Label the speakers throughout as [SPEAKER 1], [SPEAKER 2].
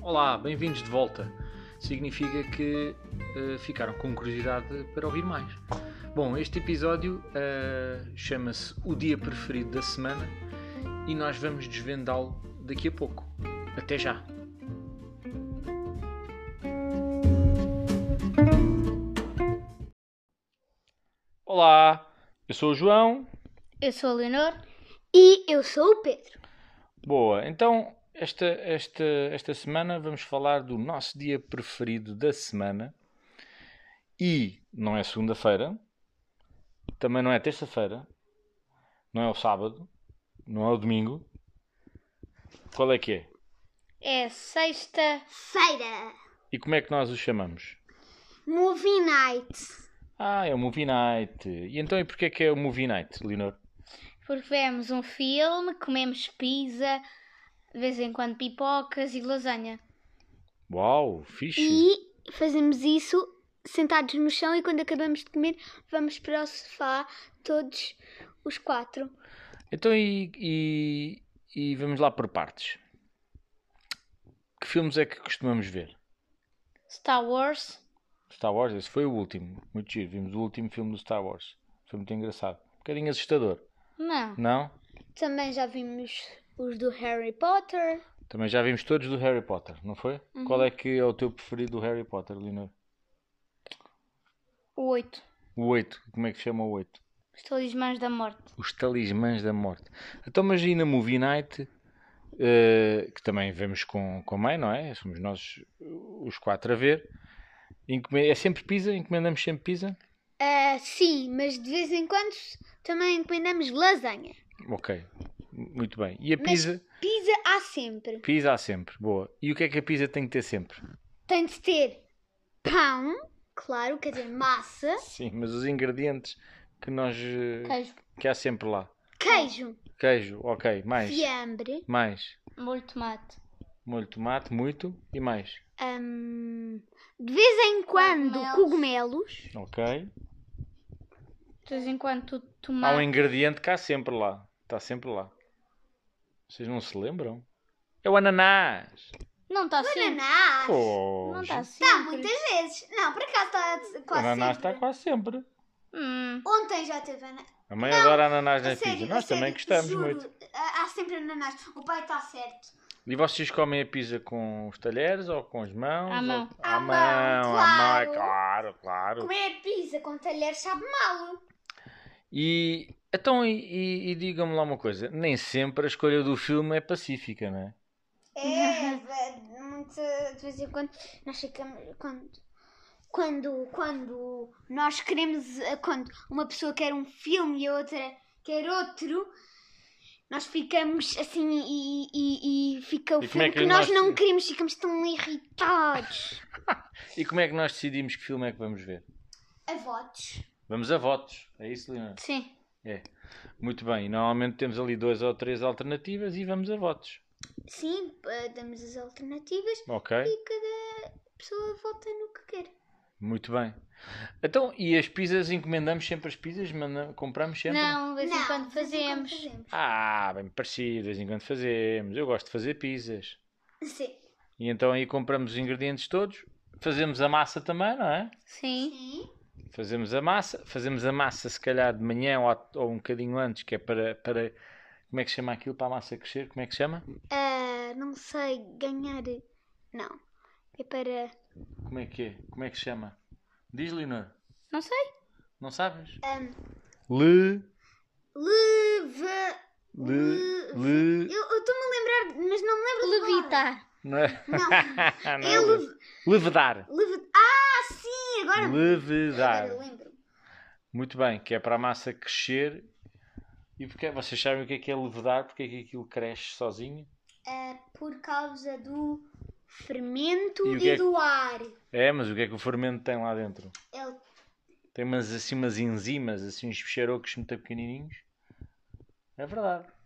[SPEAKER 1] Olá, bem-vindos de volta. Significa que eh, ficaram com curiosidade para ouvir mais. Bom, este episódio eh, chama-se O Dia Preferido da Semana e nós vamos desvendá-lo daqui a pouco. Até já!
[SPEAKER 2] Olá, eu sou o João.
[SPEAKER 3] Eu sou a Leonor. E eu sou o Pedro.
[SPEAKER 2] Boa, então esta, esta, esta semana vamos falar do nosso dia preferido da semana. E não é segunda-feira, também não é terça-feira, não é o sábado, não é o domingo. Qual é que é?
[SPEAKER 3] É sexta.
[SPEAKER 4] Feira.
[SPEAKER 2] E como é que nós o chamamos?
[SPEAKER 4] Movie Night.
[SPEAKER 2] Ah, é o Movie Night. E então e porquê é que é o Movie Night, Leonor?
[SPEAKER 3] Porque vemos um filme, comemos pizza, de vez em quando pipocas e lasanha.
[SPEAKER 2] Uau, fixe.
[SPEAKER 4] E fazemos isso sentados no chão e quando acabamos de comer vamos para o sofá todos os quatro.
[SPEAKER 2] Então e, e- e vamos lá por partes. Que filmes é que costumamos ver?
[SPEAKER 3] Star Wars.
[SPEAKER 2] Star Wars, esse foi o último. Muito giro. Vimos o último filme do Star Wars. Foi muito engraçado. Um bocadinho assustador.
[SPEAKER 3] Não.
[SPEAKER 2] Não?
[SPEAKER 4] Também já vimos os do Harry Potter.
[SPEAKER 2] Também já vimos todos do Harry Potter, não foi? Qual é que é o teu preferido do Harry Potter, Leonor?
[SPEAKER 3] O 8.
[SPEAKER 2] O 8. Como é que se chama o 8?
[SPEAKER 3] Os Talismãs da Morte.
[SPEAKER 2] Os Talismãs da Morte. Então, mas e na Movie Night, eh, que também vemos com, com a mãe, não é? Somos nós os quatro a ver. Encome- É sempre pizza? Encomendamos sempre pizza?
[SPEAKER 4] Ah, sim, mas de vez em quando também encomendamos lasanha.
[SPEAKER 2] Ok, muito bem. E a pizza?
[SPEAKER 4] Pizza há sempre.
[SPEAKER 2] Pizza há sempre, boa. E o que é que a pizza tem que ter sempre?
[SPEAKER 4] Tem de ter pão, claro, quer dizer, massa,
[SPEAKER 2] Sim, mas os ingredientes que nós... eh,
[SPEAKER 3] Queijo.
[SPEAKER 2] Que há sempre lá.
[SPEAKER 4] queijo,
[SPEAKER 2] Queijo, ok, mais.
[SPEAKER 4] fiambre,
[SPEAKER 2] Mais.
[SPEAKER 3] Molho de tomate.
[SPEAKER 2] Molho de tomate, muito. E mais.
[SPEAKER 4] hum, de vez em quando cogumelos.
[SPEAKER 2] Ok. um
[SPEAKER 3] De vez em quando
[SPEAKER 2] Há
[SPEAKER 3] tu
[SPEAKER 2] um
[SPEAKER 3] tomate.
[SPEAKER 2] ingrediente que há sempre lá. Está sempre lá. Vocês não se lembram? É o ananás.
[SPEAKER 3] Não está assim.
[SPEAKER 4] Ananás.
[SPEAKER 2] Oh,
[SPEAKER 3] Não
[SPEAKER 2] gente.
[SPEAKER 3] está assim.
[SPEAKER 4] Tá, muitas vezes. Não, por acaso está
[SPEAKER 2] o
[SPEAKER 4] quase
[SPEAKER 2] ananás tá-
[SPEAKER 4] sempre.
[SPEAKER 2] está quase sempre.
[SPEAKER 3] Hum,
[SPEAKER 4] Ontem já teve ananás.
[SPEAKER 2] A mãe adora ananás na
[SPEAKER 4] A sério,
[SPEAKER 2] pizza.
[SPEAKER 4] a
[SPEAKER 2] é Nós
[SPEAKER 4] sério,
[SPEAKER 2] também gostamos
[SPEAKER 4] juro,
[SPEAKER 2] muito.
[SPEAKER 4] Há há sempre ananás. O pai está certo.
[SPEAKER 2] E vocês comem a pizza com os talheres ou com as mãos?
[SPEAKER 3] À
[SPEAKER 2] ou-
[SPEAKER 3] mão.
[SPEAKER 2] À
[SPEAKER 4] À
[SPEAKER 2] mão,
[SPEAKER 4] mão,
[SPEAKER 2] à mão, é
[SPEAKER 4] claro.
[SPEAKER 2] claro, claro.
[SPEAKER 4] Comer pizza com talher sabe mal.
[SPEAKER 2] E então, e, e- e digam-me lá uma coisa: nem sempre a escolha do filme é pacífica, não é?
[SPEAKER 4] É, ve- muito, de vez em quando nós ficamos. Quando, quando, quando nós queremos. eh, Quando uma pessoa quer um filme e a outra quer outro, nós ficamos assim e, e- e fica o
[SPEAKER 2] E como
[SPEAKER 4] filme
[SPEAKER 2] é que
[SPEAKER 4] que, nós,
[SPEAKER 2] nós-
[SPEAKER 4] não queremos, ficamos tão irritados.
[SPEAKER 2] E como é que nós decidimos que filme é que vamos ver?
[SPEAKER 4] a votos.
[SPEAKER 2] Vamos a votos, é isso, Lina?
[SPEAKER 3] sim.
[SPEAKER 2] Muito bem, e normalmente temos ali duas ou três alternativas e vamos a votos.
[SPEAKER 4] Sim, eh, damos as alternativas
[SPEAKER 2] Ok,
[SPEAKER 4] e cada pessoa vota no que quer.
[SPEAKER 2] muito bem. Então, e as pizzas, encomendamos sempre as pizzas? Manda- compramos sempre?
[SPEAKER 3] Não, de vez em
[SPEAKER 4] Não,
[SPEAKER 3] quando
[SPEAKER 4] de vez em quando
[SPEAKER 3] fazemos.
[SPEAKER 2] Ah, bem parecido, de vez em quando fazemos. Eu gosto de fazer pizzas.
[SPEAKER 4] fazemos. Sim.
[SPEAKER 2] E então aí compramos os ingredientes todos, fazemos a massa também, não é?
[SPEAKER 3] Sim.
[SPEAKER 4] Sim.
[SPEAKER 2] Fazemos a massa, fazemos a massa se calhar de manhã ou, à- ou um bocadinho antes, que é para, para. Como é que se chama aquilo? Para a massa crescer? Como é que se chama?
[SPEAKER 4] Ah, não sei ganhar. Não. É para.
[SPEAKER 2] Como é que é? Como é que se chama? Diz, Leonor.
[SPEAKER 3] Não sei.
[SPEAKER 2] Não sabes?
[SPEAKER 4] ahm,
[SPEAKER 2] Le.
[SPEAKER 4] leva.
[SPEAKER 2] Le. Le.
[SPEAKER 4] Eu eu estou-me a lembrar, mas não me lembro de palavra.
[SPEAKER 3] Levitar.
[SPEAKER 2] Não é?
[SPEAKER 4] Não.
[SPEAKER 2] Não
[SPEAKER 4] É lev-
[SPEAKER 2] Levedar.
[SPEAKER 4] leva- Ah, sim, agora.
[SPEAKER 2] Levedar.
[SPEAKER 4] Agora lembro.
[SPEAKER 2] Muito bem, que é para a massa crescer. E porque vocês sabem o que é que é levedar? Porque é que aquilo cresce sozinho?
[SPEAKER 4] Ah, por causa do fermento
[SPEAKER 2] E o
[SPEAKER 4] e,
[SPEAKER 2] que é que-
[SPEAKER 4] do ar. É
[SPEAKER 2] É, mas o que é que o fermento tem lá dentro?
[SPEAKER 4] Ele
[SPEAKER 2] Tem umas, assim, umas enzimas, assim, uns xerocos muito pequenininhos. É verdade.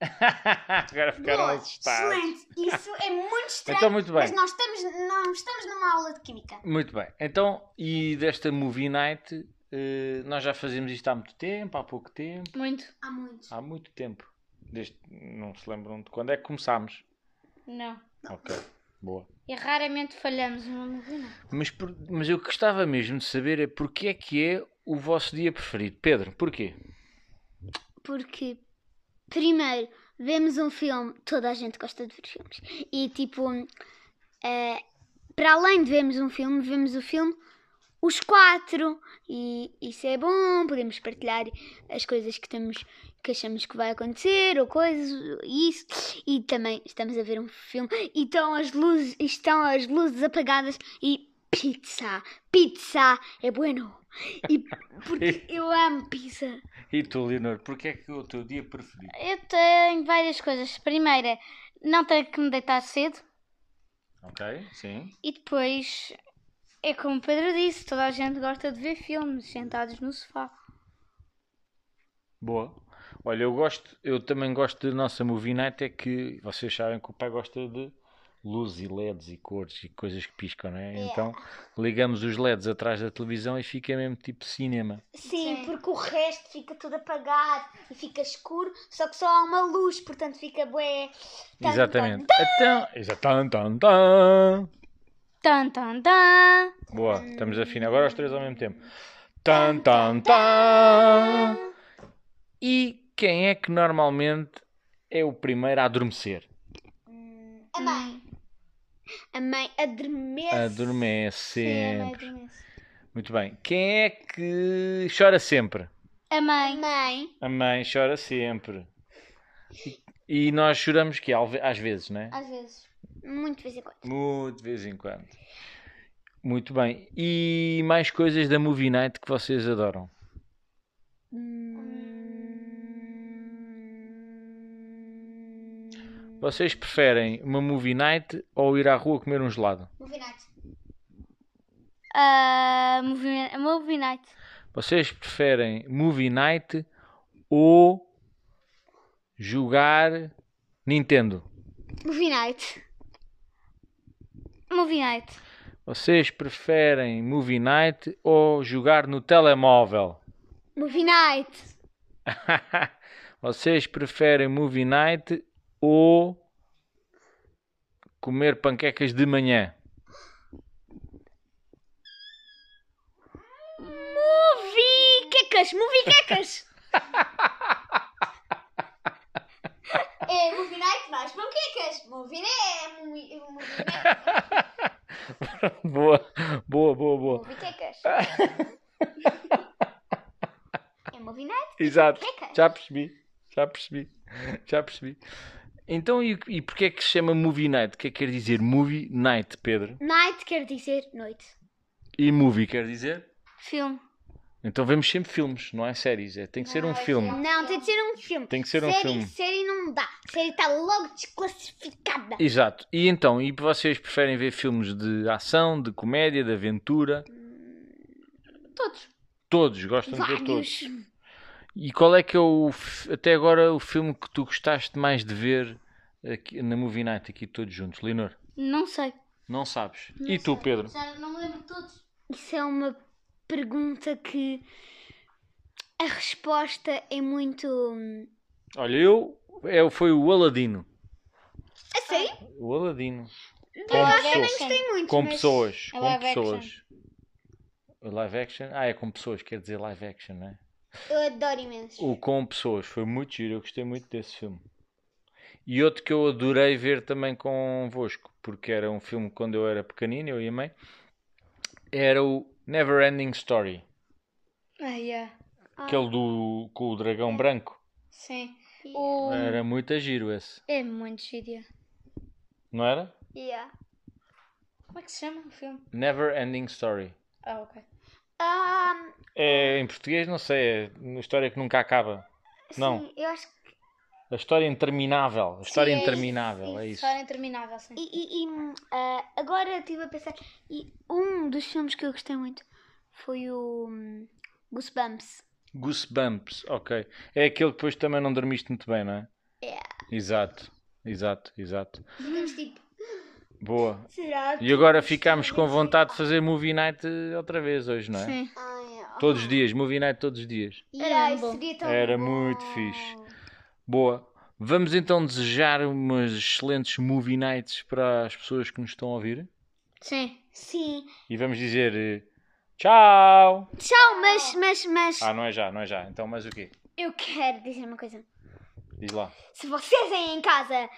[SPEAKER 2] Agora ficaram
[SPEAKER 4] Boa,
[SPEAKER 2] assustados.
[SPEAKER 4] Excelente, isso é muito estranho.
[SPEAKER 2] Então, muito bem.
[SPEAKER 4] Mas nós estamos, não estamos numa aula de química.
[SPEAKER 2] Muito bem. Então, e desta Movie Night, eh, nós já fazemos isto há muito tempo, há pouco tempo,
[SPEAKER 3] Muito.
[SPEAKER 4] Há muitos.
[SPEAKER 2] há muito tempo. Desde, não se lembram de quando é que começámos.
[SPEAKER 3] Não.
[SPEAKER 2] Ok, boa.
[SPEAKER 3] E raramente falhamos uma música.
[SPEAKER 2] Mas, por- mas eu gostava mesmo de saber é porque é que é o vosso dia preferido. Pedro, porquê?
[SPEAKER 4] Porque, primeiro, vemos um filme, toda a gente gosta de ver filmes. E, tipo, eh, para além de vermos um filme, vemos o filme os quatro. E isso é bom, podemos partilhar as coisas que, estamos, que achamos que vai acontecer, ou coisas, isso. E também estamos a ver um filme e estão as luzes, e estão as luzes apagadas e pizza, pizza é bueno. E porque eu amo pizza.
[SPEAKER 2] E tu, Leonor, porquê é que é o teu dia preferido?
[SPEAKER 3] Eu tenho várias coisas. Primeira, não tenho que me deitar cedo.
[SPEAKER 2] Ok, sim.
[SPEAKER 3] E depois, é como o Pedro disse, toda a gente gosta de ver filmes sentados no sofá.
[SPEAKER 2] Boa. Olha, eu gosto, eu também gosto da nossa movie night, é que vocês sabem que o pai gosta de luz e LEDs e cores e coisas que piscam, não é? Então ligamos os LEDs atrás da televisão e fica mesmo tipo cinema.
[SPEAKER 4] Sim,
[SPEAKER 3] Sim.
[SPEAKER 4] porque o resto fica tudo apagado e fica escuro, só que só há uma luz, portanto fica bué. Tan,
[SPEAKER 2] Exatamente.
[SPEAKER 4] tan.
[SPEAKER 2] Então, exatamente. Tan, tan.
[SPEAKER 3] Tan, tan, tan.
[SPEAKER 2] Boa, estamos afina agora os três ao mesmo tempo. Tan, tan, tan. E quem é que normalmente é o primeiro a adormecer?
[SPEAKER 4] A mãe. A mãe adormece.
[SPEAKER 2] Adormece
[SPEAKER 4] Sim, a mãe
[SPEAKER 2] sempre.
[SPEAKER 4] adormece.
[SPEAKER 2] Muito bem. Quem é que chora sempre?
[SPEAKER 3] A
[SPEAKER 4] A
[SPEAKER 3] mãe.
[SPEAKER 4] mãe,
[SPEAKER 2] A mãe chora sempre. E nós choramos que às vezes, não é?
[SPEAKER 3] Às vezes.
[SPEAKER 4] muito de vez em quando.
[SPEAKER 2] Muito de vez em quando. Muito bem. E mais coisas da Movie Night que vocês adoram?
[SPEAKER 4] Hum.
[SPEAKER 2] Vocês preferem uma Movie Night ou ir à rua comer um gelado?
[SPEAKER 4] Movie night.
[SPEAKER 3] A Ah, movie, a movie night.
[SPEAKER 2] Vocês preferem Movie Night ou jogar Nintendo?
[SPEAKER 4] Movie night.
[SPEAKER 3] Movie night.
[SPEAKER 2] Vocês preferem Movie Night ou jogar no telemóvel?
[SPEAKER 4] Movie night.
[SPEAKER 2] Vocês preferem Movie Night ou comer panquecas de manhã?
[SPEAKER 4] Movie quecas, movie quecas. é movie night mais panquecas. Movie night. Movie, movie night.
[SPEAKER 2] boa, boa, boa, boa.
[SPEAKER 4] Movie quecas. é movie night.
[SPEAKER 2] Exato.
[SPEAKER 4] Panquecas.
[SPEAKER 2] Já percebi, já percebi, já percebi. Então, e, e porquê é que se chama Movie Night? O que é que quer dizer Movie Night, Pedro?
[SPEAKER 4] Night quer dizer noite.
[SPEAKER 2] E movie quer dizer?
[SPEAKER 3] Filme.
[SPEAKER 2] Então vemos sempre filmes, não é séries. É, tem que
[SPEAKER 4] Ah,
[SPEAKER 2] ser um filme.
[SPEAKER 4] Não, tem de ser um filme.
[SPEAKER 2] Tem que ser um
[SPEAKER 4] série,
[SPEAKER 2] filme.
[SPEAKER 4] Série não dá. Série está logo desclassificada.
[SPEAKER 2] Exato. E então, e vocês preferem ver filmes de ação, de comédia, de aventura?
[SPEAKER 3] Todos.
[SPEAKER 2] Todos, gostam de ver todos.
[SPEAKER 4] Vários.
[SPEAKER 2] E qual é que é o, f- até agora, o filme que tu gostaste mais de ver aqui, na Movie Night, aqui todos juntos? Leonor,
[SPEAKER 3] Não sei.
[SPEAKER 2] não sabes. e tu, Pedro?
[SPEAKER 3] Já não me lembro de todos.
[SPEAKER 4] Isso é uma pergunta que a resposta é muito. hum,
[SPEAKER 2] Olha, eu, eu foi o Aladino.
[SPEAKER 4] A É sério?
[SPEAKER 2] O Aladino.
[SPEAKER 3] live
[SPEAKER 2] pessoa-
[SPEAKER 3] action.
[SPEAKER 4] Tem muito.
[SPEAKER 2] com
[SPEAKER 4] mas-
[SPEAKER 2] pessoas.
[SPEAKER 3] é
[SPEAKER 2] Com
[SPEAKER 3] live action.
[SPEAKER 2] pessoas. Live action? Ah, é com pessoas, quer dizer live action, não é?
[SPEAKER 4] Eu adoro imenso.
[SPEAKER 2] O Com Pessoas foi muito giro, eu gostei muito desse filme. E outro que eu adorei ver também convosco, porque era um filme quando eu era pequenino, eu e a mãe, era o Never Ending Story,
[SPEAKER 3] Ah, yeah.
[SPEAKER 2] aquele do, com é o dragão branco.
[SPEAKER 3] Sim.
[SPEAKER 4] Ah,
[SPEAKER 3] O...
[SPEAKER 2] Era muito giro esse,
[SPEAKER 3] É muito gíria.
[SPEAKER 2] não era?
[SPEAKER 4] Yeah.
[SPEAKER 3] Como é que se chama o filme?
[SPEAKER 2] Never Ending Story.
[SPEAKER 3] Ah, ok.
[SPEAKER 4] Ah,
[SPEAKER 2] É, em português, não sei, é uma história que nunca acaba. Não,
[SPEAKER 4] sim, eu acho que.
[SPEAKER 2] a história interminável. A história
[SPEAKER 3] Sim, é isso.
[SPEAKER 2] interminável, é isso.
[SPEAKER 3] História interminável, sim.
[SPEAKER 4] E, e- e, hum, ah, agora estive a pensar. E um dos filmes que eu gostei muito foi o hum, Goosebumps.
[SPEAKER 2] Goosebumps, ok. É aquele que depois também não dormiste muito bem, não é? Exato, exato, exato.
[SPEAKER 4] Mas tipo,
[SPEAKER 2] Boa.
[SPEAKER 4] será
[SPEAKER 2] E agora ficámos com vontade de fazer Movie Night eh, outra vez hoje, não é?
[SPEAKER 3] Sim.
[SPEAKER 2] Todos os dias, Movie Night todos os dias.
[SPEAKER 4] ah. Era,
[SPEAKER 3] Era bom.
[SPEAKER 4] seria tão
[SPEAKER 2] Era
[SPEAKER 4] bom.
[SPEAKER 2] muito fixe. Boa. Vamos então desejar umas excelentes movie nights para as pessoas que nos estão a ouvir.
[SPEAKER 3] Sim.
[SPEAKER 4] Sim.
[SPEAKER 2] E vamos dizer eh, tchau.
[SPEAKER 4] Tchau, mas, mas, mas.
[SPEAKER 2] Ah, não é já, não é já. Então, mas o quê?
[SPEAKER 4] Eu quero dizer uma coisa.
[SPEAKER 2] Diz lá.
[SPEAKER 4] Se vocês aí em casa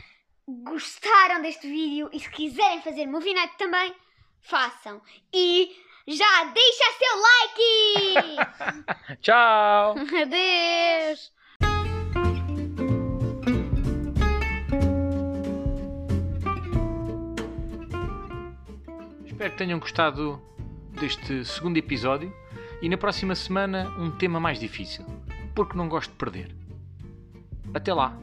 [SPEAKER 4] gostaram deste vídeo e se quiserem fazer movie night também, façam. E já deixa seu like!
[SPEAKER 2] Tchau.
[SPEAKER 3] Adeus.
[SPEAKER 2] Espero que tenham gostado deste segundo episódio e na próxima semana um tema mais difícil, porque não gosto de perder. Até lá!